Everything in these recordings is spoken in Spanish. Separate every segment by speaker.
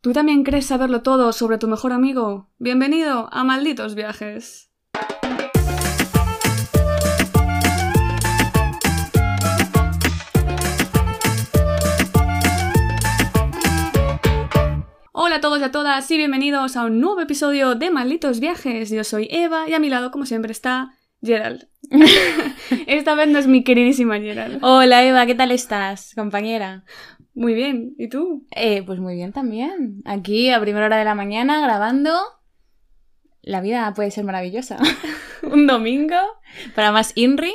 Speaker 1: ¿Tú también crees saberlo todo sobre tu mejor amigo? Bienvenido a Malditos Viajes. Hola a todos y a todas y bienvenidos a un nuevo episodio de Malditos Viajes. Yo soy Eva y a mi lado, como siempre, está Gerald. Esta vez no es mi queridísima Gerald.
Speaker 2: Hola Eva, ¿qué tal estás, compañera?
Speaker 1: Muy bien, ¿y tú?
Speaker 2: Eh, pues muy bien también. Aquí a primera hora de la mañana grabando. La vida puede ser maravillosa. Un domingo para más INRI.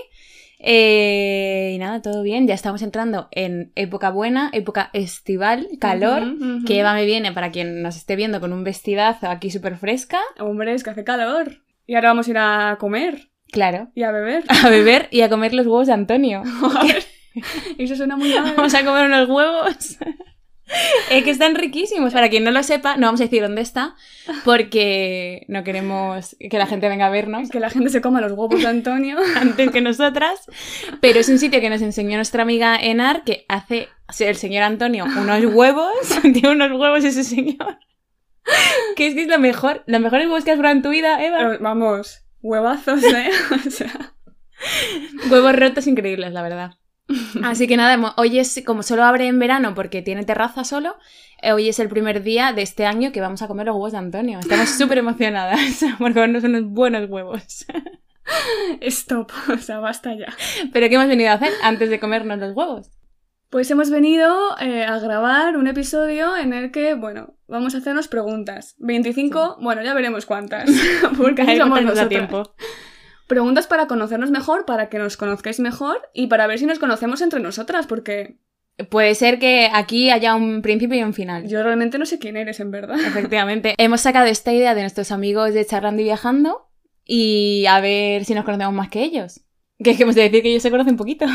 Speaker 2: Eh, y nada, todo bien. Ya estamos entrando en época buena, época estival, calor.
Speaker 1: Ujú, ujú.
Speaker 2: Que Eva me viene para quien nos esté viendo con un vestidazo aquí súper fresca.
Speaker 1: Hombre, es que hace calor. Y ahora vamos a ir a comer
Speaker 2: Claro.
Speaker 1: y a beber.
Speaker 2: A beber y a comer los huevos de Antonio.
Speaker 1: Eso suena muy mal.
Speaker 2: Vamos a comer unos huevos. Es que están riquísimos. Para quien no lo sepa, no vamos a decir dónde está, porque no queremos que la gente venga a vernos
Speaker 1: Que la gente se coma los huevos de Antonio.
Speaker 2: antes que nosotras. Pero es un sitio que nos enseñó nuestra amiga Enar, que hace o sea, el señor Antonio unos huevos. Tiene unos huevos ese señor. Que es que es lo mejor. Los mejores huevos que has probado en tu vida, Eva.
Speaker 1: Pero, vamos, huevazos, ¿eh? O sea,
Speaker 2: Huevos rotos increíbles, la verdad. Así que nada, hemo- hoy es, como solo abre en verano porque tiene terraza solo, eh, hoy es el primer día de este año que vamos a comer los huevos de Antonio. Estamos súper emocionadas por comernos unos buenos huevos.
Speaker 1: stop, o sea, basta ya.
Speaker 2: Pero ¿qué hemos venido a hacer antes de comernos los huevos?
Speaker 1: Pues hemos venido eh, a grabar un episodio en el que, bueno, vamos a hacernos preguntas. 25, bueno, ya veremos cuántas. Porque así
Speaker 2: Ahí
Speaker 1: somos
Speaker 2: no nos da
Speaker 1: nosotras.
Speaker 2: tiempo.
Speaker 1: Preguntas para conocernos mejor, para que nos conozcáis mejor y para ver si nos conocemos entre nosotras, porque
Speaker 2: Puede ser que aquí haya un principio y un final.
Speaker 1: yo realmente no sé quién eres, en verdad.
Speaker 2: Efectivamente. Hemos sacado esta idea de nuestros amigos de Charlando y Viajando y a ver si nos conocemos más que ellos. Que es que hemos de decir que ellos se conocen poquito.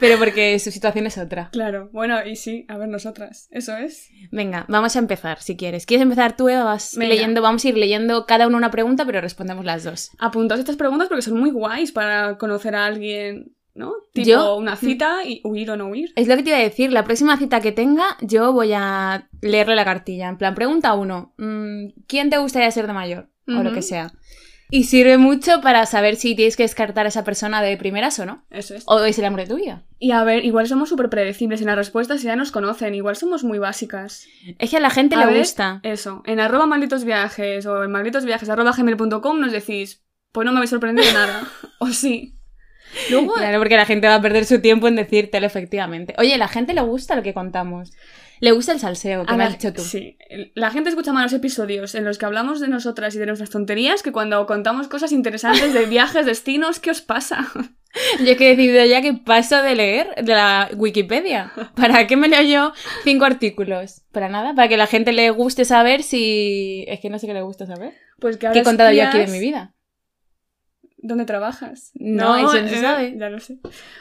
Speaker 2: Pero porque su situación es otra.
Speaker 1: Claro, bueno, y sí, a ver nosotras, eso es.
Speaker 2: Venga, vamos a empezar si quieres. ¿Quieres empezar tú, Eva? Vas
Speaker 1: Venga.
Speaker 2: leyendo, vamos a ir leyendo cada uno una pregunta, pero respondemos las dos.
Speaker 1: Apuntaos estas preguntas porque son muy guays para conocer a alguien, ¿no? Tipo
Speaker 2: Yo- mm.
Speaker 1: una cita y huir o no huir.
Speaker 2: Es lo que te iba a decir, la próxima cita que tenga, yo voy a leerle la cartilla. En plan, pregunta uno, mm, ¿quién te gustaría ser de mayor? O lo
Speaker 1: Ujú.
Speaker 2: que sea. Y sirve mucho para saber si tienes que descartar a esa persona de primeras o no.
Speaker 1: Eso es.
Speaker 2: O es el amor tuyo.
Speaker 1: Y a ver, igual somos súper predecibles en las respuestas y ya nos conocen, igual somos muy básicas.
Speaker 2: Es que a la gente
Speaker 1: A
Speaker 2: le
Speaker 1: ver,
Speaker 2: gusta.
Speaker 1: Eso, en arroba malditos viajes o en malditosviajes arroba gmail.com nos decís, pues no me habéis sorprendido nada. o sí. Luego,
Speaker 2: Claro, porque la gente va a perder su tiempo en decírtelo, efectivamente. Oye, la gente le gusta lo que contamos. Le gusta el salseo, que
Speaker 1: a
Speaker 2: me
Speaker 1: la-
Speaker 2: has dicho tú.
Speaker 1: Sí, el- la gente escucha más los episodios en los que hablamos de nosotras y de nuestras tonterías que cuando contamos cosas interesantes de viajes, destinos, ¿qué os pasa?
Speaker 2: Yo es que he decidido ya que paso de leer de la Wikipedia. ¿Para qué me leo yo cinco artículos? Para nada, para que la gente le guste saber si... Es que no sé qué le gusta saber.
Speaker 1: Pues que ahora
Speaker 2: ¿Qué he contado yo
Speaker 1: espías
Speaker 2: aquí de mi vida?
Speaker 1: ¿Dónde trabajas?
Speaker 2: No, eso no se
Speaker 1: eh,
Speaker 2: sabe.
Speaker 1: Ya lo sé.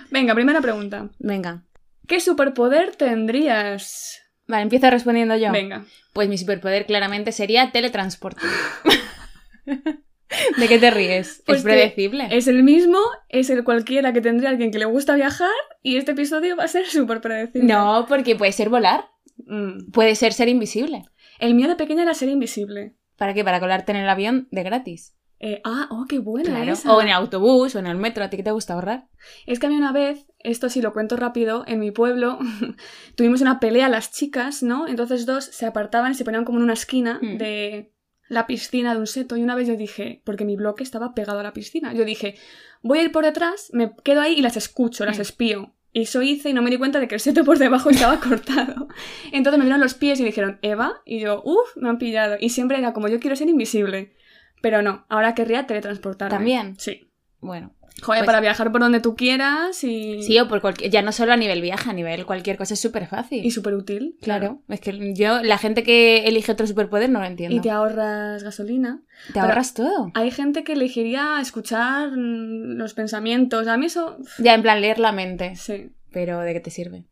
Speaker 1: Venga, primera pregunta.
Speaker 2: Venga.
Speaker 1: ¿Qué superpoder tendrías?
Speaker 2: Vale, empiezo respondiendo yo.
Speaker 1: Venga.
Speaker 2: Pues mi superpoder claramente sería teletransporte. ¿De qué te ríes?
Speaker 1: Pues
Speaker 2: es
Speaker 1: que
Speaker 2: predecible.
Speaker 1: Es el mismo, es el cualquiera que tendría alguien que le gusta viajar y este episodio va a ser súper predecible.
Speaker 2: No, porque puede ser volar,
Speaker 1: Mm.
Speaker 2: puede ser ser invisible.
Speaker 1: El mío de pequeña era ser invisible.
Speaker 2: ¿Para qué? Para colarte en el avión de gratis.
Speaker 1: Eh, ah, oh, qué buena
Speaker 2: Claro.
Speaker 1: esa.
Speaker 2: O en el autobús, o en el metro. ¿A ti qué te gusta ahorrar?
Speaker 1: Es que a mí una vez, esto sí lo cuento rápido, en mi pueblo tuvimos una pelea las chicas, ¿no? Entonces dos se apartaban y se ponían como en una esquina
Speaker 2: Mm.
Speaker 1: de la piscina de un seto y una vez yo dije, porque mi bloque estaba pegado a la piscina, yo dije, voy a ir por detrás, me quedo ahí y las escucho, las
Speaker 2: Mm.
Speaker 1: espío. Y eso hice y no me di cuenta de que el seto por debajo estaba cortado. Entonces me vieron los pies y dijeron, Eva, y yo, uff, me han pillado. Y siempre era como, yo quiero ser invisible. Pero no, ahora querría teletransportarme.
Speaker 2: También.
Speaker 1: Sí.
Speaker 2: Bueno,
Speaker 1: Joder,
Speaker 2: Pues-
Speaker 1: para viajar por donde tú quieras y.
Speaker 2: Sí, o por cualquier, ya no solo a nivel viaje, a nivel cualquier cosa es súper fácil.
Speaker 1: Y súper útil.
Speaker 2: Claro, es que yo, la gente que elige otro superpoder no lo entiendo.
Speaker 1: Y te ahorras gasolina.
Speaker 2: Te ahorras todo.
Speaker 1: Hay gente que elegiría escuchar mm, los pensamientos. A mí eso.
Speaker 2: Ya, en plan, leer la mente.
Speaker 1: Sí.
Speaker 2: Pero, ¿de qué te sirve?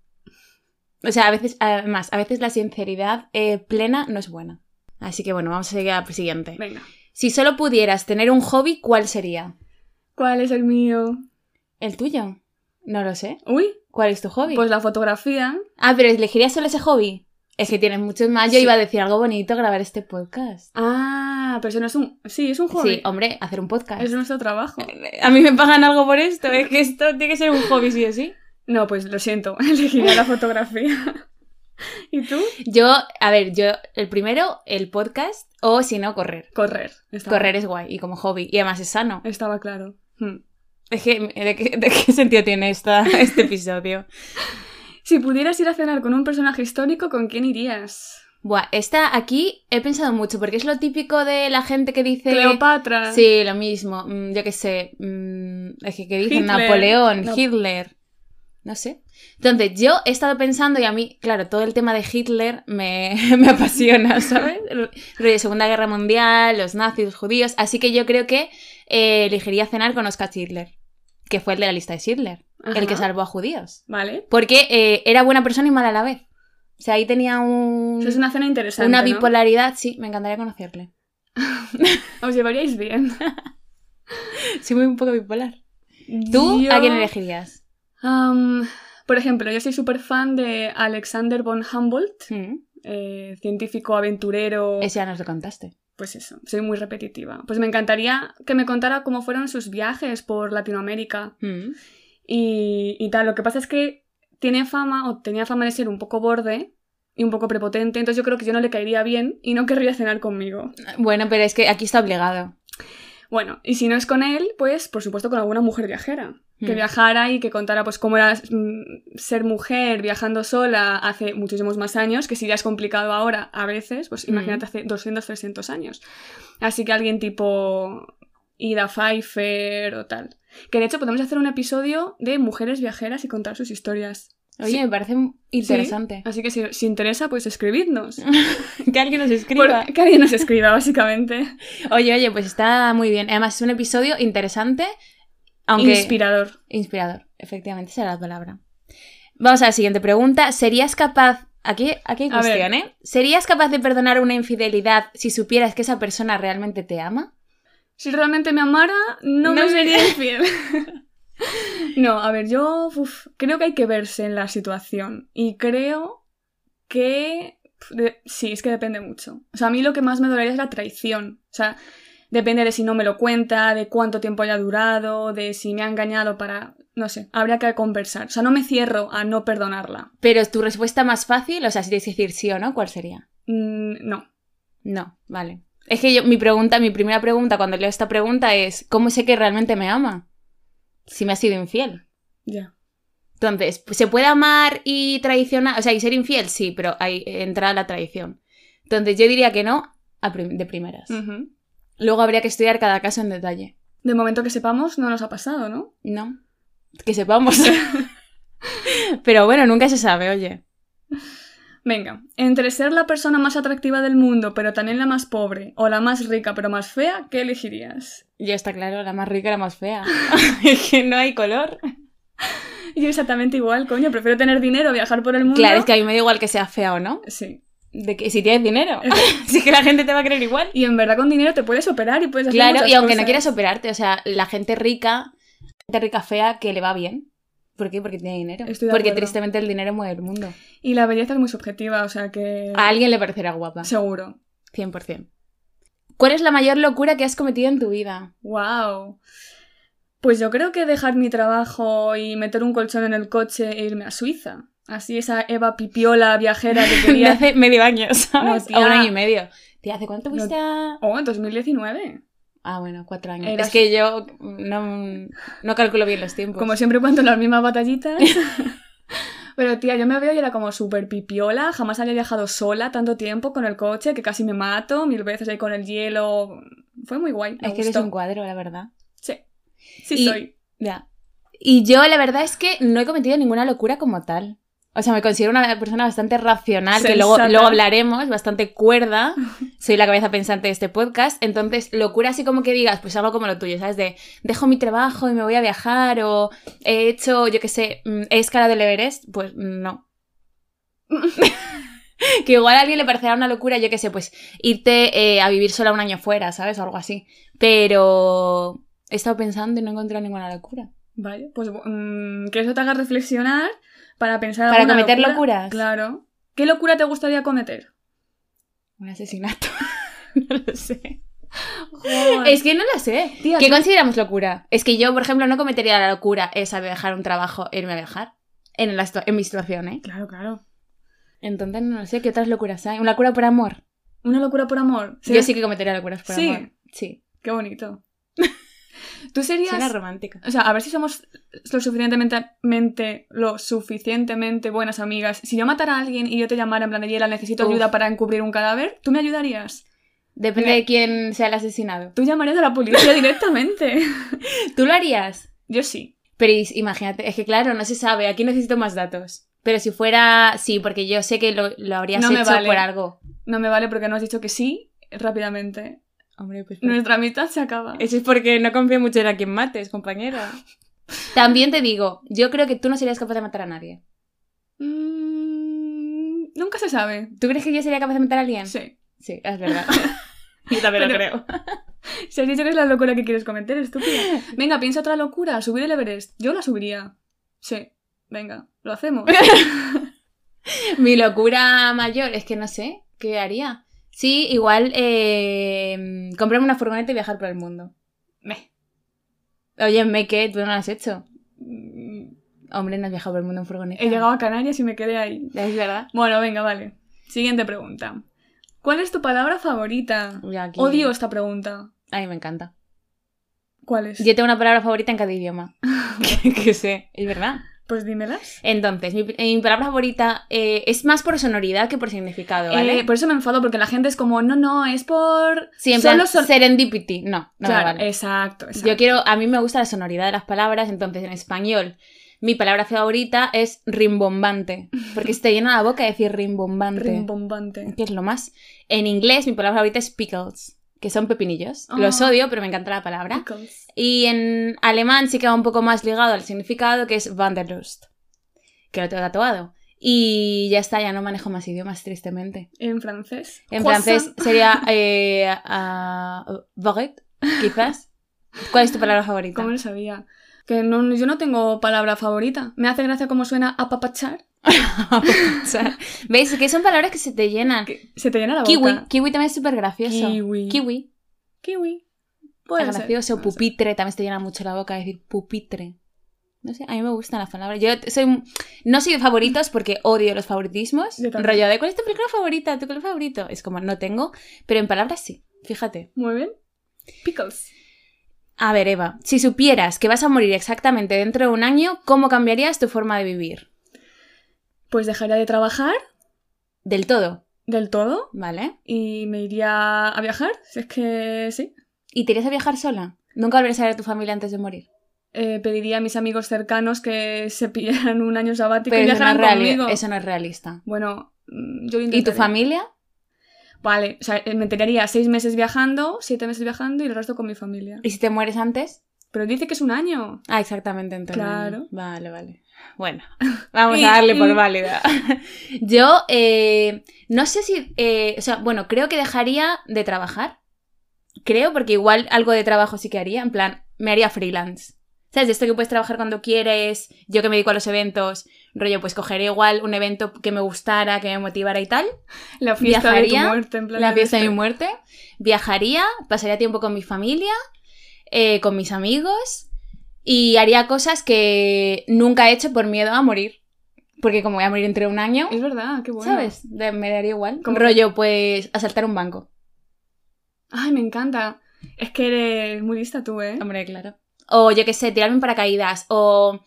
Speaker 2: O sea, a veces, además, a veces la sinceridad eh, plena no es buena. Así que bueno, vamos a seguir a la siguiente.
Speaker 1: Venga.
Speaker 2: Si solo pudieras tener un hobby, ¿cuál sería?
Speaker 1: ¿Cuál es el mío?
Speaker 2: ¿El tuyo? No lo sé.
Speaker 1: Uy,
Speaker 2: ¿Cuál es tu hobby?
Speaker 1: pues la fotografía.
Speaker 2: Ah, pero elegirías solo ese hobby. Es que tienes muchos más. Yo
Speaker 1: Sí.
Speaker 2: iba a decir algo bonito, grabar este podcast.
Speaker 1: Ah, pero eso no es un... Sí, es un hobby.
Speaker 2: Sí, hombre, hacer un podcast.
Speaker 1: Es nuestro trabajo.
Speaker 2: A mí me pagan algo por esto, es que esto tiene que ser un hobby, sí o sí.
Speaker 1: No, pues lo siento, elegiré la fotografía. ¿Y tú?
Speaker 2: Yo, a ver, yo, el primero, el podcast, o si no, correr.
Speaker 1: Correr. Estaba-
Speaker 2: Correr es guay y como hobby, y además es sano.
Speaker 1: Estaba claro. Hmm.
Speaker 2: Es que, ¿de qué, de qué sentido tiene esta, este episodio?
Speaker 1: Si pudieras ir a cenar con un personaje histórico, ¿con quién irías?
Speaker 2: Buah, esta aquí he pensado mucho, porque es lo típico de la gente que dice...
Speaker 1: Cleopatra.
Speaker 2: Sí, lo mismo, mm, yo qué sé, mm, es que, que dicen
Speaker 1: Hitler.
Speaker 2: Napoleón,
Speaker 1: No.
Speaker 2: Hitler, no sé. Entonces, yo he estado pensando y a mí, claro, todo el tema de Hitler me, me apasiona, ¿sabes? Rollo Segunda Guerra Mundial, los nazis, los judíos, así que yo creo que eh, elegiría cenar con Oscar Hitler, que fue el de la lista de Hitler, el que
Speaker 1: Ajá.
Speaker 2: salvó a judíos.
Speaker 1: Vale.
Speaker 2: Porque eh, era buena persona y mala a la vez. O sea, ahí tenía un...
Speaker 1: Eso es una cena interesante.
Speaker 2: una
Speaker 1: ¿no?
Speaker 2: bipolaridad, sí, me encantaría conocerle.
Speaker 1: Os llevaríais bien.
Speaker 2: Soy muy un poco bipolar. ¿Tú
Speaker 1: Yo-
Speaker 2: a quién elegirías?
Speaker 1: Am, por ejemplo, yo soy súper fan de Alexander von Humboldt,
Speaker 2: Hmm.
Speaker 1: eh, científico aventurero.
Speaker 2: Ese ya nos lo contaste.
Speaker 1: Pues eso, soy muy repetitiva. Pues me encantaría que me contara cómo fueron sus viajes por Latinoamérica
Speaker 2: Hmm.
Speaker 1: y, y tal. Lo que pasa es que tiene fama o tenía fama de ser un poco borde y un poco prepotente, entonces yo creo que yo no le caería bien y no querría cenar conmigo.
Speaker 2: Bueno, pero es que aquí está obligado.
Speaker 1: Bueno, y si no es con él, pues por supuesto con alguna mujer viajera. Que
Speaker 2: Mm.
Speaker 1: viajara y que contara pues cómo era mm, ser mujer viajando sola hace muchísimos más años, que si ya es complicado ahora a veces, pues
Speaker 2: Mm.
Speaker 1: imagínate hace 200, 300 años. Así que alguien tipo Ida Pfeiffer o tal. Que de hecho podemos hacer un episodio de mujeres viajeras y contar sus historias.
Speaker 2: Oye, me parece interesante.
Speaker 1: Así que si os interesa, pues escribidnos.
Speaker 2: que alguien nos escriba.
Speaker 1: Por- que alguien nos escriba, básicamente.
Speaker 2: Oye, oye, pues está muy bien. Además, es un episodio interesante, aunque
Speaker 1: Inspirador.
Speaker 2: inspirador. Efectivamente, esa era la palabra. Vamos a la siguiente pregunta. ¿Serías capaz... Aquí, aquí hay
Speaker 1: A ver.
Speaker 2: cuestión, ¿eh? ¿Serías capaz de perdonar una infidelidad si supieras que esa persona realmente te ama?
Speaker 1: Si realmente me amara, no,
Speaker 2: No
Speaker 1: me
Speaker 2: me-
Speaker 1: sería infiel. no, a ver, yo uf, creo que hay que verse en la situación. Y creo que... pf, de- Sí, es que depende mucho. O sea, a mí lo que más me dolería es la traición. O sea, depende de si no me lo cuenta, de cuánto tiempo haya durado, de si me ha engañado para... No sé, habría que conversar. O sea, no me cierro a no perdonarla.
Speaker 2: Pero tu respuesta más fácil, o sea, si tienes que decir sí o no, ¿cuál sería?
Speaker 1: Mm, no.
Speaker 2: No, vale. Es que yo, mi pregunta, mi primera pregunta cuando leo esta pregunta es, ¿cómo sé que realmente me ama? Si me ha sido infiel.
Speaker 1: Ya.
Speaker 2: Entonces, ¿se puede amar y traicionar? O sea, y ser infiel, sí, pero ahí entra la traición. Entonces, yo diría que no a prim- de primeras.
Speaker 1: Ujú.
Speaker 2: Luego habría que estudiar cada caso en detalle.
Speaker 1: De momento que sepamos, no nos ha pasado, ¿no?
Speaker 2: No. Que sepamos. pero bueno, nunca se sabe, oye.
Speaker 1: Venga, entre ser la persona más atractiva del mundo, pero también la más pobre, o la más rica, pero más fea, ¿qué elegirías?
Speaker 2: Ya está claro, la más rica, la más fea. es que no hay color.
Speaker 1: Yo exactamente igual, coño, prefiero tener dinero, viajar por el mundo.
Speaker 2: Claro, es que a mí me da igual que sea fea o no.
Speaker 1: Sí.
Speaker 2: De que si tienes dinero. Así que la gente te va a querer igual.
Speaker 1: Y en verdad con dinero te puedes operar y puedes hacer
Speaker 2: Claro,
Speaker 1: muchas
Speaker 2: y aunque no
Speaker 1: cosas.
Speaker 2: quieras operarte, o sea, la gente rica, gente rica fea que le va bien. ¿Por qué? Porque tiene dinero.
Speaker 1: Estoy de
Speaker 2: Porque
Speaker 1: acuerdo.
Speaker 2: tristemente el dinero mueve el mundo.
Speaker 1: Y la belleza es muy subjetiva, o sea que...
Speaker 2: A alguien le parecerá guapa.
Speaker 1: Seguro.
Speaker 2: 100%. ¿Cuál es la mayor locura que has cometido en tu vida?
Speaker 1: Wow. Pues yo creo que dejar mi trabajo y meter un colchón en el coche e irme a Suiza. Así esa Eva Pipiola viajera que
Speaker 2: De
Speaker 1: quería...
Speaker 2: hace medio año, ¿sabes?
Speaker 1: No, tía.
Speaker 2: O un año y medio. Tía, ¿hace cuánto
Speaker 1: No.
Speaker 2: fuiste a...?
Speaker 1: Oh, en 2019.
Speaker 2: Ah, bueno, cuatro años.
Speaker 1: Eras-
Speaker 2: Es que yo no, no calculo bien los tiempos.
Speaker 1: Como siempre cuento las mismas batallitas. Pero tía, yo me veo y era como súper pipiola, jamás había viajado sola tanto tiempo con el coche que casi me mato mil veces ahí con el hielo. Fue muy guay. me
Speaker 2: Es que eres
Speaker 1: gustó.
Speaker 2: un cuadro, la verdad.
Speaker 1: Sí, sí
Speaker 2: Y-
Speaker 1: soy.
Speaker 2: Ya. Y yo la verdad es que no he cometido ninguna locura como tal. O sea, me considero una persona bastante racional, que luego,
Speaker 1: Sensata.
Speaker 2: luego hablaremos, bastante cuerda. Soy la cabeza pensante de este podcast. Entonces, locura así como que digas, pues algo como lo tuyo, ¿sabes? De dejo mi trabajo y me voy a viajar, o he hecho, yo qué sé, mm, he escalado el Everest, pues no. que igual a alguien le parecerá una locura, yo qué sé, pues irte eh, a vivir sola un año fuera, ¿sabes? O algo así. Pero he estado pensando y no he encontrado ninguna locura.
Speaker 1: Vale, pues mm, que eso te haga reflexionar para pensar
Speaker 2: Para
Speaker 1: alguna
Speaker 2: cometer
Speaker 1: locura.
Speaker 2: locuras.
Speaker 1: Claro. ¿Qué locura te gustaría cometer?
Speaker 2: Un asesinato. no lo sé.
Speaker 1: Es-
Speaker 2: Es que no lo sé.
Speaker 1: Tía,
Speaker 2: ¿Qué
Speaker 1: tú-
Speaker 2: consideramos locura? Es que yo, por ejemplo, no cometería la locura esa de dejar un trabajo e irme a viajar. En, la situ- en mi situación, ¿eh?
Speaker 1: Claro, claro.
Speaker 2: Entonces no lo sé qué otras locuras hay. Una locura por amor.
Speaker 1: Una locura por amor.
Speaker 2: Yo sí que cometería locuras por
Speaker 1: Sí.
Speaker 2: amor. Sí.
Speaker 1: Qué bonito. Tú
Speaker 2: Suena
Speaker 1: serías...
Speaker 2: romántica.
Speaker 1: O sea, a ver si somos lo suficientemente, mente- lo suficientemente buenas amigas. Si yo matara a alguien y yo te llamara en plan de Yela, necesito
Speaker 2: Uf.
Speaker 1: ayuda para encubrir un cadáver, ¿tú me ayudarías?
Speaker 2: Depende de quién sea el asesinado.
Speaker 1: Tú llamarías a la policía directamente.
Speaker 2: ¿Tú lo harías?
Speaker 1: Yo sí.
Speaker 2: Pero is- imagínate, es que claro, no se sabe. Aquí necesito más datos. Pero si fuera... Sí, porque yo sé que lo, lo habrías
Speaker 1: No me
Speaker 2: hecho
Speaker 1: vale.
Speaker 2: por algo.
Speaker 1: No me vale porque no has dicho que sí rápidamente.
Speaker 2: Hombre, pues...
Speaker 1: Nuestra amistad se acaba.
Speaker 2: Eso es porque no confío mucho en a quien mates, compañera. También te digo, yo creo que tú no serías capaz de matar a nadie.
Speaker 1: Mm, nunca se sabe.
Speaker 2: ¿Tú crees que yo sería capaz de matar a alguien?
Speaker 1: Sí.
Speaker 2: Sí, es verdad. yo también
Speaker 1: lo
Speaker 2: creo.
Speaker 1: Si has dicho que es la locura que quieres cometer, estúpida. Venga, piensa otra locura. Subir el Everest. Yo la subiría. Sí. Venga, lo hacemos.
Speaker 2: Mi locura mayor es que no sé qué haría. Sí, igual eh, comprarme una furgoneta y viajar por el mundo.
Speaker 1: Meh.
Speaker 2: Oye, me que tú no lo has hecho.
Speaker 1: Mm,
Speaker 2: Hombre, no has viajado por el mundo en furgoneta.
Speaker 1: He llegado a Canarias y me quedé ahí.
Speaker 2: Es verdad.
Speaker 1: Bueno, venga, vale. Siguiente pregunta. ¿Cuál es tu palabra favorita?
Speaker 2: Yo aquí-
Speaker 1: Odio esta pregunta.
Speaker 2: A mí me encanta.
Speaker 1: ¿Cuál es?
Speaker 2: Yo tengo una palabra favorita en cada idioma. que, que sé, es verdad.
Speaker 1: Pues dímelas.
Speaker 2: Entonces, mi, eh, mi palabra favorita eh, es más por sonoridad que por significado, ¿vale?
Speaker 1: Eh, por eso me enfado, porque la gente es como, no, no, es por...
Speaker 2: Sí, en
Speaker 1: solo
Speaker 2: plan,
Speaker 1: son-
Speaker 2: serendipity. No, no me
Speaker 1: Claro,
Speaker 2: vale.
Speaker 1: exacto, exacto.
Speaker 2: Yo quiero, a mí me gusta la sonoridad de las palabras, entonces en español mi palabra favorita es rimbombante, porque se te llena la boca decir rimbombante,
Speaker 1: Rimbombante.
Speaker 2: que es lo más. En inglés mi palabra favorita es pickles, que son pepinillos. Los
Speaker 1: Ah.
Speaker 2: odio, pero me encanta la palabra.
Speaker 1: Pickles.
Speaker 2: Y en alemán sí que va un poco más ligado al significado, que es Wanderlust, que lo tengo tatuado. Y ya está, ya no manejo más idiomas, tristemente.
Speaker 1: En francés.
Speaker 2: En
Speaker 1: Croissant.
Speaker 2: francés sería eh, ah, baguette, quizás. ¿Cuál es tu palabra favorita?
Speaker 1: ¿Cómo lo sabía? Que no, yo no tengo palabra favorita. Me hace gracia cómo suena apapachar.
Speaker 2: O sea, ¿Veis? Que son palabras que se te llenan.
Speaker 1: que se te llena la boca.
Speaker 2: Ah. Kiwi. Kiwi también es súper gracioso. Kiwi.
Speaker 1: Kiwi. Kiwi.
Speaker 2: Es
Speaker 1: Puede ser.
Speaker 2: gracioso.
Speaker 1: No sé.
Speaker 2: Pupitre. También se te llena mucho la boca decir pupitre. No sé, a mí me gustan las palabras. Yo t- soy, no soy de favoritos porque odio los favoritismos.
Speaker 1: Yo también.
Speaker 2: Rollo de, ¿cuál es tu película favorita? ¿Tu color favorito? Es como, no tengo, pero en palabras sí. Fíjate.
Speaker 1: Muy bien. Pickles.
Speaker 2: A ver, Eva, si supieras que vas a morir exactamente dentro de un año, ¿cómo cambiarías tu forma de vivir?
Speaker 1: Pues dejaría de trabajar
Speaker 2: Del todo,
Speaker 1: del todo
Speaker 2: ¿vale?
Speaker 1: y me iría a viajar, si es que sí.
Speaker 2: ¿Y te irías a viajar sola? ¿Nunca volverías a ver a tu familia antes de morir?
Speaker 1: Eh, pediría a mis amigos cercanos que se pillaran un año sabático y
Speaker 2: Pero eso no, es
Speaker 1: viajaran
Speaker 2: reali-
Speaker 1: conmigo.
Speaker 2: eso no es realista.
Speaker 1: Bueno, mm, yo lo
Speaker 2: ¿Y tu
Speaker 1: intentaría.
Speaker 2: familia?
Speaker 1: Vale, o sea, eh, me enteraría seis meses viajando, siete meses viajando y el resto con mi familia.
Speaker 2: ¿Y si te mueres antes?
Speaker 1: Pero dice que es un año.
Speaker 2: Ah, exactamente, entonces.
Speaker 1: Claro.
Speaker 2: Vale, vale. Bueno, vamos
Speaker 1: Y-
Speaker 2: a darle por
Speaker 1: y-
Speaker 2: válida. Yo, eh, no sé si, eh, o sea, bueno, creo que dejaría de trabajar. Creo, porque igual algo de trabajo sí que haría, en plan, me haría freelance. ¿Sabes? De esto que puedes trabajar cuando quieres, yo que me dedico a los eventos, rollo, pues cogeré igual un evento que me gustara, que me motivara y tal.
Speaker 1: La fiesta de
Speaker 2: Viajaría,
Speaker 1: tu muerte, en plan.
Speaker 2: la fiesta de mi
Speaker 1: despe-
Speaker 2: muerte. Viajaría, pasaría tiempo con mi familia, eh, con mis amigos y haría cosas que nunca he hecho por miedo a morir. Porque como voy a morir entre un año,
Speaker 1: Es verdad, qué bueno.
Speaker 2: ¿sabes? De- me daría igual.
Speaker 1: ¿Cómo?
Speaker 2: Rollo, pues, asaltar un banco.
Speaker 1: Ay, me encanta. Es que eres muy lista tú, ¿eh?
Speaker 2: Hombre, claro. O yo qué sé, tirarme en paracaídas. O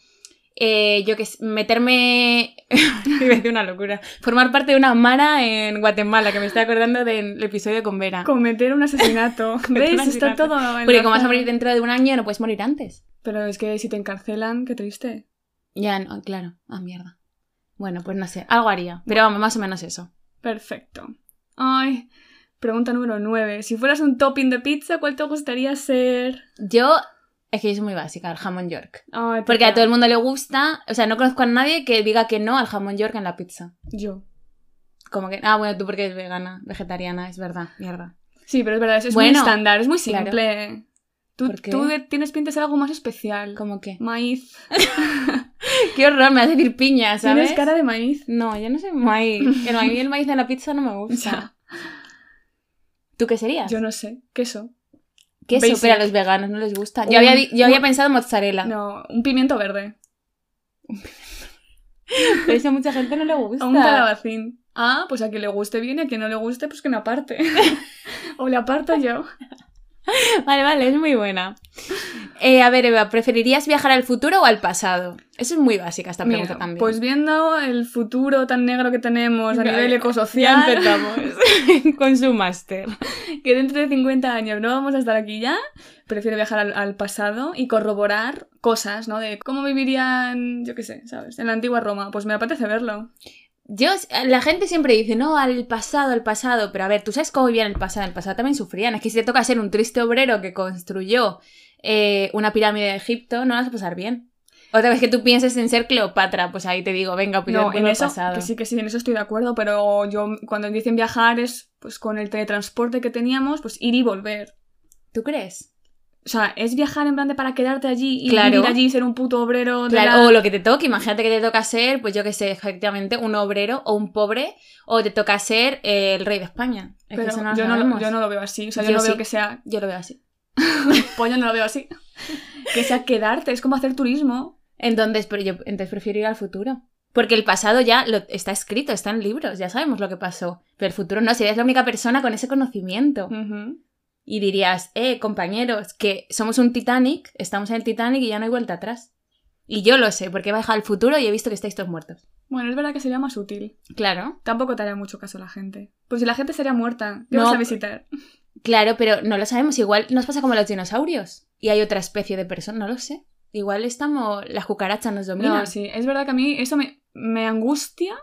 Speaker 2: eh, yo qué sé, meterme. Iba a decir una locura. Formar parte de una mara en Guatemala, que me estoy acordando del episodio con Vera.
Speaker 1: Cometer un asesinato.
Speaker 2: un
Speaker 1: ¿Ves? Está
Speaker 2: asesinato.
Speaker 1: todo. enlazado.
Speaker 2: Porque como vas a morir dentro de un año, no puedes morir antes.
Speaker 1: Pero es que si te encarcelan, qué triste.
Speaker 2: Ya, no, claro. Ah, mierda. Bueno, pues no sé, algo haría. Pero vamos, más o menos eso.
Speaker 1: Perfecto. Ay. Pregunta número 9. Si fueras un topping de pizza, ¿cuál te gustaría ser?
Speaker 2: Yo, es que yo soy muy básica, el jamón york.
Speaker 1: Ay,
Speaker 2: Porque a
Speaker 1: tía,
Speaker 2: todo el mundo le gusta, o sea, no conozco a nadie que diga que no al jamón york en la pizza.
Speaker 1: Yo.
Speaker 2: Como que, ah, bueno, tú porque eres vegana, vegetariana, es verdad, mierda.
Speaker 1: Sí, pero es verdad, es, es
Speaker 2: Bueno,
Speaker 1: muy estándar, es muy
Speaker 2: claro.
Speaker 1: simple. Tú,
Speaker 2: ¿Por qué?
Speaker 1: tú de- tienes pinta de ser algo más especial.
Speaker 2: ¿Cómo qué?
Speaker 1: Maíz.
Speaker 2: Qué horror, me hace decir piña, ¿sabes?
Speaker 1: Tienes cara de maíz.
Speaker 2: No, yo no soy maíz. El maíz, el maíz de la pizza no me gusta.
Speaker 1: Ya.
Speaker 2: ¿Tú qué serías?
Speaker 1: Yo no sé. Queso.
Speaker 2: Queso,
Speaker 1: Basic.
Speaker 2: pero a los veganos no les gusta. Yo
Speaker 1: Un-
Speaker 2: había, di- yo había
Speaker 1: un-
Speaker 2: pensado mozzarella,
Speaker 1: No, un pimiento verde.
Speaker 2: pero eso a mucha gente no le gusta.
Speaker 1: O un calabacín. Ah, pues a quien le guste bien y a quien no le guste, pues que me aparte. o le aparto yo.
Speaker 2: Vale, vale, es muy buena. Eh, a ver, Eva, ¿preferirías viajar al futuro o al pasado? Eso es muy básica esta
Speaker 1: Mira,
Speaker 2: pregunta también.
Speaker 1: Pues viendo el futuro tan negro que tenemos a
Speaker 2: Claro,
Speaker 1: nivel ecosocial, que estamos, pues,
Speaker 2: con su máster.
Speaker 1: que dentro de 50 años no vamos a estar aquí ya, prefiero viajar al, al pasado y corroborar cosas, ¿no? De cómo vivirían, yo qué sé, ¿sabes? En la antigua Roma. Pues me apetece verlo.
Speaker 2: Yo, la gente siempre dice, no, al pasado, al pasado, pero a ver, tú sabes cómo vivían el pasado, el pasado también sufrían, es que si te toca ser un triste obrero que construyó eh, una pirámide de Egipto, no la vas a pasar bien. Otra vez que tú pienses en ser Cleopatra, pues ahí te digo, venga, pues yo
Speaker 1: No,
Speaker 2: vuelvo
Speaker 1: en
Speaker 2: al
Speaker 1: eso,
Speaker 2: pasado.
Speaker 1: que sí, que sí, en eso estoy de acuerdo, pero yo cuando dicen viajar es pues con el teletransporte que teníamos, pues ir y volver.
Speaker 2: ¿Tú crees?
Speaker 1: O sea, es viajar en plan de para quedarte allí y
Speaker 2: Claro.
Speaker 1: vivir allí y ser un puto obrero de
Speaker 2: Claro,
Speaker 1: la-
Speaker 2: o lo que te toque, imagínate que te toca ser, pues yo que sé, efectivamente, un obrero o un pobre, o te toca ser eh, el rey de España. Es que
Speaker 1: Pero
Speaker 2: eso no lo
Speaker 1: yo, no lo,
Speaker 2: sabemos.
Speaker 1: yo no lo veo así. O sea, yo,
Speaker 2: Yo
Speaker 1: no
Speaker 2: sí.
Speaker 1: veo que sea.
Speaker 2: Yo lo veo así.
Speaker 1: Pues yo no lo veo así. que sea quedarte, es como hacer turismo.
Speaker 2: Entonces, pero yo entonces prefiero ir al futuro. Porque el pasado ya lo, está escrito, está en libros, ya sabemos lo que pasó. Pero el futuro no, serías la única persona con ese conocimiento.
Speaker 1: Mm. Ujú.
Speaker 2: Y dirías, eh, compañeros, que somos un Titanic, estamos en el Titanic y ya no hay vuelta atrás. Y yo lo sé, porque he bajado al futuro y he visto que estáis todos muertos.
Speaker 1: Bueno, es verdad que sería más útil.
Speaker 2: Claro.
Speaker 1: Tampoco te haría mucho caso la gente. Pues si la gente sería muerta, ¿qué
Speaker 2: No.
Speaker 1: vas a visitar?
Speaker 2: Claro, pero no lo sabemos. Igual nos pasa como a los dinosaurios. Y hay otra especie de persona, no lo sé. Igual estamos. Las cucarachas nos dominan.
Speaker 1: No, sí, es verdad que a mí eso me, me angustia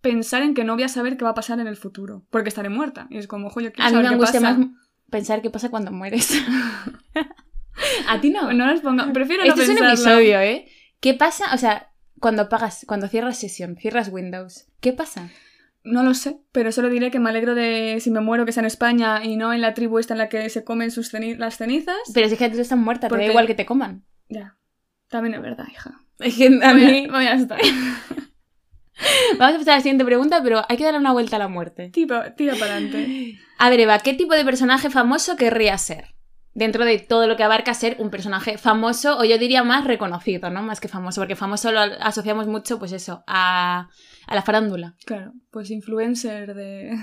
Speaker 1: pensar en que no voy a saber qué va a pasar en el futuro, porque estaré muerta. Y es como, ojo, yo quiero
Speaker 2: a mí
Speaker 1: saber
Speaker 2: me
Speaker 1: qué
Speaker 2: angustia
Speaker 1: pasa.
Speaker 2: más pensar qué pasa cuando mueres. a ti no.
Speaker 1: No les ponga... Prefiero no
Speaker 2: Esto Este es un
Speaker 1: pensarlo.
Speaker 2: episodio, ¿eh? ¿Qué pasa? O sea, cuando pagas, cuando cierras sesión, cierras Windows, ¿qué pasa?
Speaker 1: No lo sé, pero solo diré que me alegro de si me muero que sea en España y no en la tribu esta en la que se comen sus ceni- las cenizas.
Speaker 2: Pero si es que tú estás muerta, te
Speaker 1: Porque-
Speaker 2: da igual que te coman.
Speaker 1: Ya. También es verdad, hija.
Speaker 2: Es que a
Speaker 1: Voy
Speaker 2: mí-
Speaker 1: a, voy a estar.
Speaker 2: Vamos a empezar la siguiente pregunta, pero hay que darle una vuelta a la muerte.
Speaker 1: Tira, tira para adelante.
Speaker 2: A ver, Eva, ¿qué tipo de personaje famoso querrías ser? Dentro de todo lo que abarca ser un personaje famoso, o yo diría más reconocido, ¿no? Más que famoso, porque famoso lo asociamos mucho, pues eso, a, a la farándula,
Speaker 1: Claro, pues influencer de,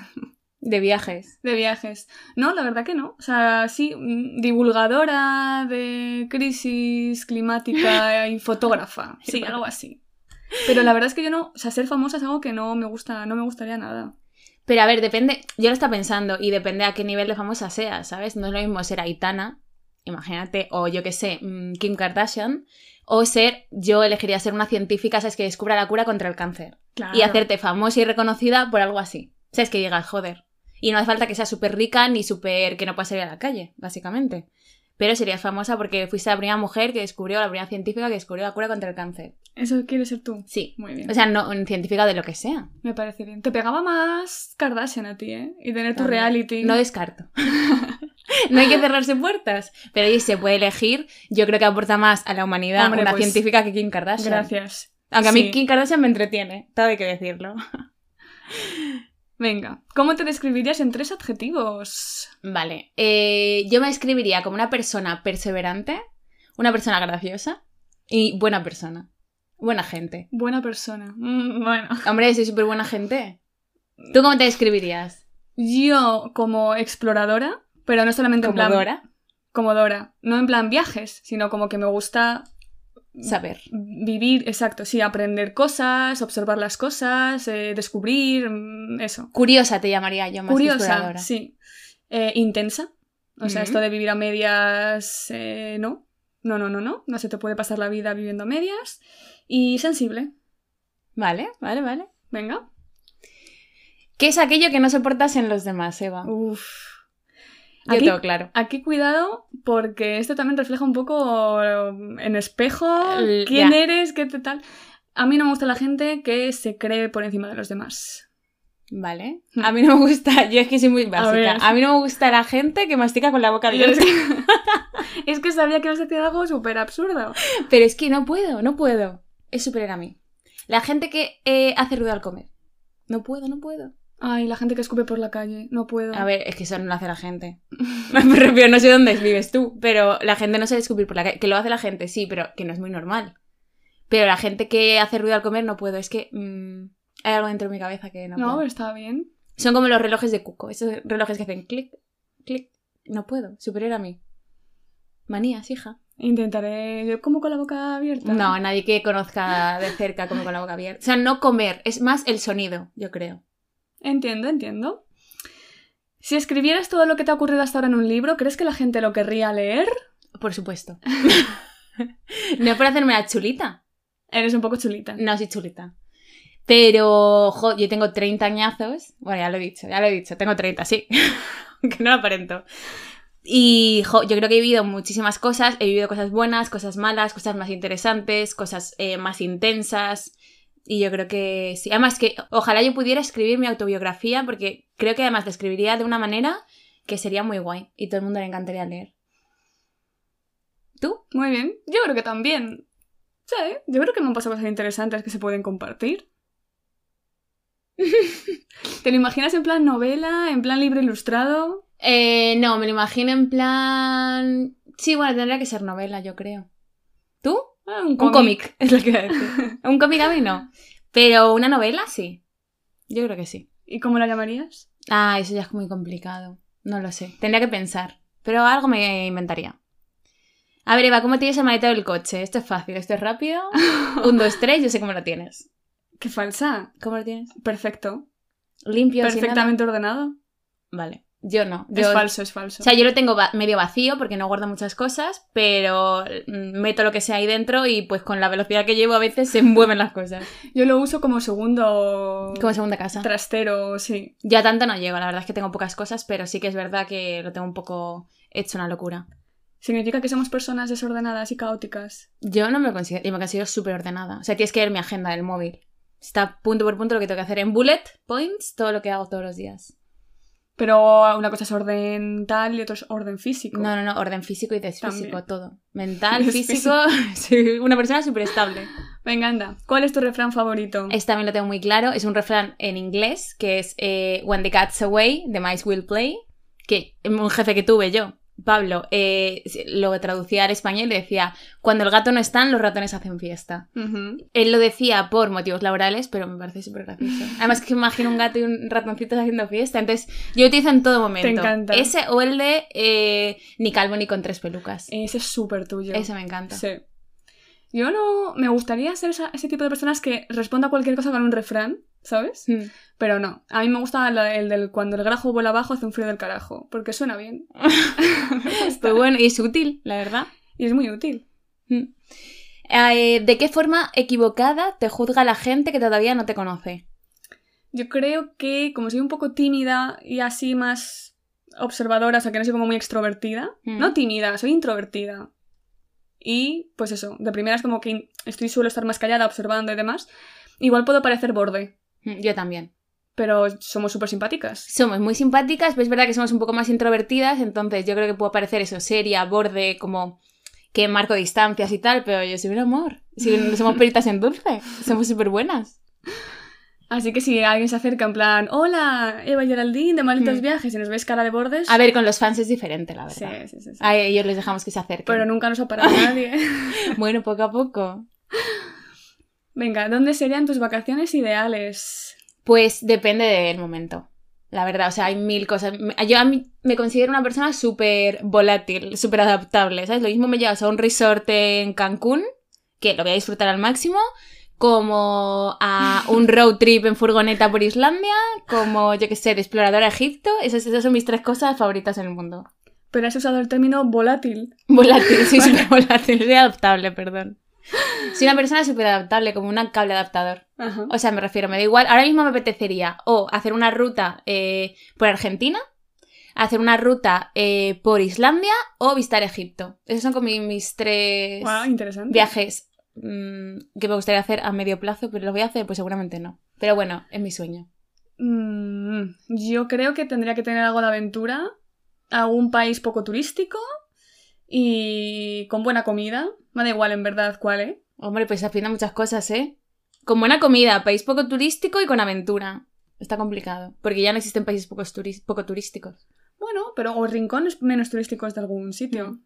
Speaker 2: de viajes.
Speaker 1: de viajes. No, la verdad que no. O sea, sí, mm, divulgadora de crisis climática y fotógrafa. Sí, algo así. Pero la verdad es que yo no, o sea, ser famosa es algo que no me gusta, no me gustaría nada.
Speaker 2: Pero a ver, depende, yo lo estaba pensando, y depende a qué nivel de famosa sea, ¿sabes? No es lo mismo ser Aitana, imagínate, o yo qué sé, mm, Kim Kardashian, o ser, yo elegiría ser una científica, ¿sabes? Que descubra la cura contra el cáncer.
Speaker 1: Claro.
Speaker 2: Y hacerte famosa y reconocida por algo así. ¿Sabes? Que digas, joder. Y no hace falta que seas súper rica ni súper que no puedas salir a la calle, básicamente. Pero serías famosa porque fuiste la primera mujer que descubrió, la primera científica que descubrió la cura contra el cáncer.
Speaker 1: Eso quieres ser tú.
Speaker 2: Sí.
Speaker 1: Muy bien.
Speaker 2: O sea, no, un científica de lo que sea.
Speaker 1: me parece bien. Te pegaba más Kardashian a ti, ¿eh? Y tener tu
Speaker 2: También.
Speaker 1: reality.
Speaker 2: No descarto. no hay que cerrarse puertas. Pero oye, se puede elegir. Yo creo que aporta más a la humanidad
Speaker 1: Hombre,
Speaker 2: una
Speaker 1: pues,
Speaker 2: científica que Kim Kardashian.
Speaker 1: Gracias.
Speaker 2: Aunque a mí
Speaker 1: Sí.
Speaker 2: Kim Kardashian me entretiene, todo hay que decirlo.
Speaker 1: Venga, ¿cómo te describirías en tres adjetivos?
Speaker 2: Vale, eh, yo me describiría como una persona perseverante, una persona graciosa y buena persona. Buena gente.
Speaker 1: Buena persona. Mm, bueno.
Speaker 2: Hombre, soy súper buena gente. ¿Tú cómo te describirías?
Speaker 1: Yo como exploradora, pero no solamente en plan...
Speaker 2: Comodora.
Speaker 1: Comodora. No en plan viajes, sino como que me gusta
Speaker 2: Saber.
Speaker 1: vivir, exacto, sí, aprender cosas, observar las cosas, eh, descubrir, mm, eso.
Speaker 2: Curiosa te llamaría yo más que
Speaker 1: Curiosa,
Speaker 2: exploradora.
Speaker 1: sí. Eh, intensa. O sea,
Speaker 2: Ujú.
Speaker 1: esto de vivir a medias, eh, no. No, no, no, no. No se te puede pasar la vida viviendo a medias. Y sensible.
Speaker 2: Vale, vale, vale.
Speaker 1: Venga.
Speaker 2: ¿Qué es aquello que no soportas en los demás, Eva?
Speaker 1: Uf.
Speaker 2: Yo
Speaker 1: Aquí-
Speaker 2: todo claro.
Speaker 1: Aquí cuidado, porque esto también refleja un poco eh, en espejo
Speaker 2: El-
Speaker 1: quién
Speaker 2: ya.
Speaker 1: eres, qué te tal. A mí no me gusta la gente que se cree por encima de los demás.
Speaker 2: Vale. A mí no me gusta, yo es que soy muy básica. A,
Speaker 1: Hmm. ver.
Speaker 2: mí no me gusta la gente que mastica con la boca
Speaker 1: Y yo es,
Speaker 2: abierta.
Speaker 1: que... es que sabía que ibas a decir algo súper absurdo.
Speaker 2: Pero es que no puedo, no puedo. Es superior a mí. La gente que eh, hace ruido al comer. No puedo, no puedo.
Speaker 1: Ay, la gente que escupe por la calle. No puedo.
Speaker 2: A ver, es que eso no lo hace la gente. Me refiero, no sé dónde vives tú, pero la gente no sabe escupir por la calle. Que lo hace la gente, sí, pero que no es muy normal. Pero la gente que hace ruido al comer no puedo. Es que mm, hay algo dentro de mi cabeza que no,
Speaker 1: no,
Speaker 2: puedo.
Speaker 1: pero está bien.
Speaker 2: Son como los relojes de cuco. Esos relojes que hacen clic, clic. No puedo. Superior a mí. Manías, hija.
Speaker 1: Intentaré. Yo como con la boca abierta.
Speaker 2: No, nadie que conozca de cerca como con la boca abierta. O sea, no comer. Es más el sonido, yo creo.
Speaker 1: Entiendo, entiendo. Si escribieras todo lo que te ha ocurrido hasta ahora en un libro, ¿crees que la gente lo querría leer?
Speaker 2: Por supuesto. no es por hacerme la chulita.
Speaker 1: Eres un poco chulita.
Speaker 2: No soy chulita. Pero, jo, yo tengo 30 añazos. Bueno, ya lo he dicho, ya lo he dicho. Tengo 30, sí. Aunque no lo aparento. Y, jo, yo creo que he vivido muchísimas cosas. He vivido cosas buenas, cosas malas, cosas más interesantes, cosas eh, más intensas. Y yo creo que sí. Además que ojalá yo pudiera escribir mi autobiografía porque creo que además la escribiría de una manera que sería muy guay. Y todo el mundo le encantaría leer. ¿Tú?
Speaker 1: Muy bien. Yo creo que también. Sí, yo creo que me han pasado cosas interesantes que se pueden compartir. ¿Te lo imaginas en plan novela, en plan libro ilustrado?
Speaker 2: Eh, no, me lo imagino en plan. Sí, bueno, tendría que ser novela, yo creo. ¿Tú?
Speaker 1: Ah,
Speaker 2: Un cómic, es lo que iba a decir. Un cómic a mí no. Pero una novela sí. Yo creo que sí.
Speaker 1: ¿Y cómo la llamarías?
Speaker 2: Ah, eso ya es muy complicado. No lo sé. Tendría que pensar. Pero algo me inventaría. A ver, Eva, ¿cómo tienes el maletero del coche? Esto es fácil, esto es rápido. Un, dos, tres, yo sé cómo lo tienes.
Speaker 1: ¡Qué falsa!
Speaker 2: ¿Cómo lo tienes?
Speaker 1: Perfecto.
Speaker 2: Limpio, sin nada.
Speaker 1: Perfectamente ordenado.
Speaker 2: Vale. Yo no.
Speaker 1: Es
Speaker 2: Yo-
Speaker 1: falso, es falso.
Speaker 2: O sea, yo lo tengo va- medio vacío porque no guardo muchas cosas, pero mm, meto lo que sea ahí dentro y pues con la velocidad que llevo a veces se mueven las cosas.
Speaker 1: yo lo uso como segundo
Speaker 2: Como segunda casa.
Speaker 1: trastero, sí.
Speaker 2: Ya tanto no llego, la verdad es que tengo pocas cosas, pero sí que es verdad que lo tengo un poco hecho una locura.
Speaker 1: Significa que somos personas desordenadas y caóticas.
Speaker 2: Yo no me lo considero, yo me considero súper ordenada. O sea, tienes que ver mi agenda del móvil. Está punto por punto lo que tengo que hacer en bullet points, todo lo que hago todos los días.
Speaker 1: Pero una cosa es orden tal y otra es orden físico.
Speaker 2: No, no, no, orden físico y desfísico,
Speaker 1: También.
Speaker 2: todo. Mental, físico,
Speaker 1: Desfísico.
Speaker 2: soy una persona súper estable.
Speaker 1: Venga, anda. ¿Cuál es tu refrán favorito?
Speaker 2: Este también lo tengo muy claro. Es un refrán en inglés que es eh, When the cat's away, the mice will play. Que un jefe que tuve yo, Pablo, eh, lo traducía al español y decía Cuando el gato no está, los ratones hacen fiesta.
Speaker 1: Ujú.
Speaker 2: Él lo decía por motivos laborales, pero me parece súper gracioso. Además que imagino un gato y un ratoncito haciendo fiesta. Entonces, yo lo utilizo en todo momento.
Speaker 1: Te encanta.
Speaker 2: Ese o el de eh, Ni calvo ni con tres pelucas.
Speaker 1: Ese es súper tuyo.
Speaker 2: Ese me encanta.
Speaker 1: Sí. Yo no. Me gustaría ser esa- ese tipo de personas que responda a cualquier cosa con un refrán, ¿sabes?
Speaker 2: Mm.
Speaker 1: Pero no. A mí me gusta la- el del cuando el grajo vuela abajo hace un frío del carajo. Porque suena bien. Me gusta.
Speaker 2: Pues bueno, y es útil, la verdad.
Speaker 1: Y es muy útil.
Speaker 2: Mm. Eh, ¿De qué forma equivocada te juzga la gente que todavía no te conoce?
Speaker 1: Yo creo que, como soy un poco tímida y así más observadora, o sea, que no soy como muy extrovertida.
Speaker 2: Mm.
Speaker 1: No tímida, soy introvertida. Y, pues eso, de primeras como que in- estoy suelo estar más callada, observando y demás. Igual puedo parecer borde,
Speaker 2: Mm, Yo también.
Speaker 1: pero somos súper simpáticas.
Speaker 2: Somos muy simpáticas, pero es verdad que somos un poco más introvertidas, entonces yo creo que puedo parecer eso, seria, borde, como que marco distancias y tal, pero yo soy un amor. Si no somos peritas en dulce, somos súper buenas.
Speaker 1: Así que si alguien se acerca en plan, hola, Eva y Geraldine de Malditos
Speaker 2: Mm.
Speaker 1: Viajes, y nos veis cara de bordes...
Speaker 2: A ver, con los fans es diferente, la
Speaker 1: sí,
Speaker 2: verdad.
Speaker 1: sí, sí, sí.
Speaker 2: A ellos les dejamos que se acerquen.
Speaker 1: Pero nunca nos ha parado nadie.
Speaker 2: Bueno, poco a poco.
Speaker 1: Venga, ¿dónde serían tus vacaciones ideales?
Speaker 2: Pues depende del momento. La verdad, o sea, hay mil cosas. Me- Yo a mí me considero una persona súper volátil, súper adaptable, ¿sabes? Lo mismo me llevas a un resort en Cancún, que lo voy a disfrutar al máximo, como a un road trip en furgoneta por Islandia, como, yo qué sé, de explorador a Egipto. Esas, esas son mis tres cosas favoritas en el mundo.
Speaker 1: Pero has usado el término volátil.
Speaker 2: Volátil, soy súper volátil, soy adaptable, perdón. Soy una persona súper adaptable, como un cable adaptador.
Speaker 1: Ajá.
Speaker 2: O sea, me refiero, me da igual. Ahora mismo me apetecería o hacer una ruta eh, por Argentina, hacer una ruta eh, por Islandia o visitar Egipto. Esos son como mi- mis tres
Speaker 1: Guau, interesante.
Speaker 2: viajes mm, que me gustaría hacer a medio plazo, pero los voy a hacer, pues seguramente no. Pero bueno, es mi sueño.
Speaker 1: Mm, yo creo que tendría que tener algo de aventura, algún país poco turístico y con buena comida. Me da igual en verdad cuál, ¿eh?
Speaker 2: Hombre, pues afina muchas cosas, ¿eh? Con buena comida, país poco turístico y con aventura. Está complicado, porque ya no existen países pocos turis- poco turísticos.
Speaker 1: Bueno, pero o rincones menos turísticos de algún sitio.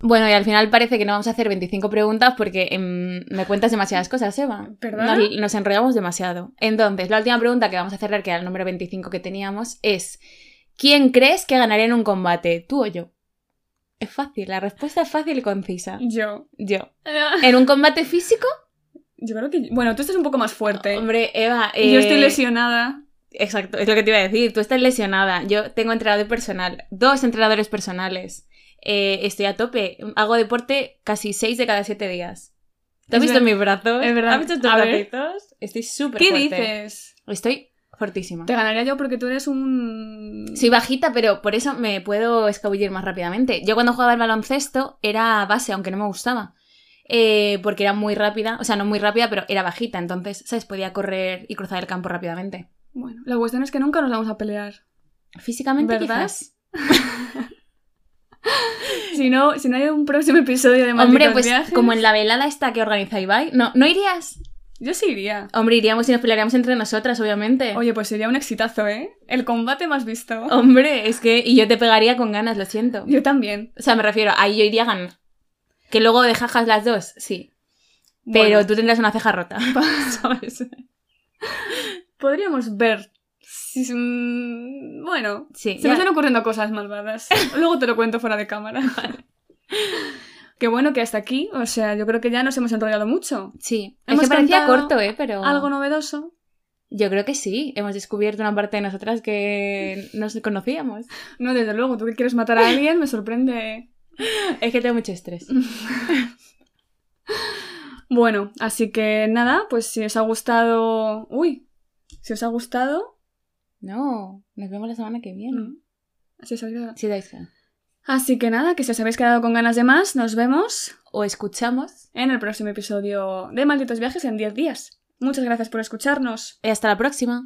Speaker 2: Bueno, y al final parece que no vamos a hacer 25 preguntas porque em, me cuentas demasiadas cosas, Eva.
Speaker 1: ¿Perdona?
Speaker 2: Nos, nos enredamos demasiado. Entonces, la última pregunta que vamos a cerrar, que era el número 25 que teníamos, es ¿Quién crees que ganaría en un combate? ¿Tú o yo? Es fácil, la respuesta es fácil y concisa.
Speaker 1: Yo.
Speaker 2: Yo. ¿En un combate físico?
Speaker 1: Yo creo que. Bueno, tú estás un poco más fuerte.
Speaker 2: Hombre, Eva...
Speaker 1: Y Yo estoy
Speaker 2: eh,
Speaker 1: lesionada.
Speaker 2: Exacto, es lo que te iba a decir. Tú estás lesionada. Yo tengo entrenador personal, dos entrenadores personales. Eh, estoy a tope. Hago deporte casi seis de cada siete días. ¿Te has
Speaker 1: Es
Speaker 2: visto
Speaker 1: ver-
Speaker 2: mis brazos?
Speaker 1: es verdad.
Speaker 2: ¿Has visto tus
Speaker 1: A ver.
Speaker 2: bracitos? Estoy súper
Speaker 1: ¿Qué
Speaker 2: fuerte.
Speaker 1: dices?
Speaker 2: Estoy fortísima.
Speaker 1: Te ganaría yo porque tú eres un.
Speaker 2: Soy bajita, pero por eso me puedo escabullir más rápidamente. Yo cuando jugaba al baloncesto era base, aunque no me gustaba. Eh, porque era muy rápida, o sea, no muy rápida, pero era bajita. Entonces, ¿sabes? Podía correr y cruzar el campo rápidamente.
Speaker 1: Bueno, la cuestión es que nunca nos vamos a pelear.
Speaker 2: Físicamente,
Speaker 1: ¿Verdad?
Speaker 2: quizás.
Speaker 1: Si no, si no hay un próximo episodio de Malditos
Speaker 2: Hombre, pues
Speaker 1: Viajes,
Speaker 2: como en la velada esta que organiza Ibai, no, no irías.
Speaker 1: Yo sí iría.
Speaker 2: Hombre, iríamos y nos pelearíamos entre nosotras, obviamente.
Speaker 1: Oye, pues sería un exitazo, ¿eh? El combate más visto.
Speaker 2: Oh. Hombre, es que y yo te pegaría con ganas, lo siento.
Speaker 1: Yo también.
Speaker 2: O sea, me refiero, ahí yo iría a ganar. Que luego de jajas las dos, sí. Pero
Speaker 1: Bueno,
Speaker 2: tú tendrás una ceja rota, ¿sabes?
Speaker 1: podríamos ver. si- si- mm, Bueno,
Speaker 2: Sí.
Speaker 1: se
Speaker 2: ya.
Speaker 1: me están ocurriendo cosas malvadas. Luego te lo cuento fuera de cámara. Qué bueno que hasta aquí, o sea, yo creo que ya nos hemos enrollado mucho.
Speaker 2: Sí. Es
Speaker 1: Hemos
Speaker 2: que parecía
Speaker 1: contado
Speaker 2: corto, ¿eh? Pero
Speaker 1: Algo novedoso.
Speaker 2: yo creo que sí. Hemos descubierto una parte de nosotras que no conocíamos.
Speaker 1: No, desde luego, tú que quieres matar a alguien me sorprende.
Speaker 2: Es que tengo mucho estrés.
Speaker 1: Bueno, así que nada, pues si os ha gustado. Uy, si os ha gustado.
Speaker 2: No, nos vemos la semana que
Speaker 1: Mm.
Speaker 2: viene.
Speaker 1: Así os ha quedado.
Speaker 2: Sí, Daisha.
Speaker 1: Así que nada, que si os habéis quedado con ganas de más, nos vemos
Speaker 2: O escuchamos.
Speaker 1: en el próximo episodio de Malditos Viajes en 10 días. Muchas gracias por escucharnos.
Speaker 2: Y hasta la próxima.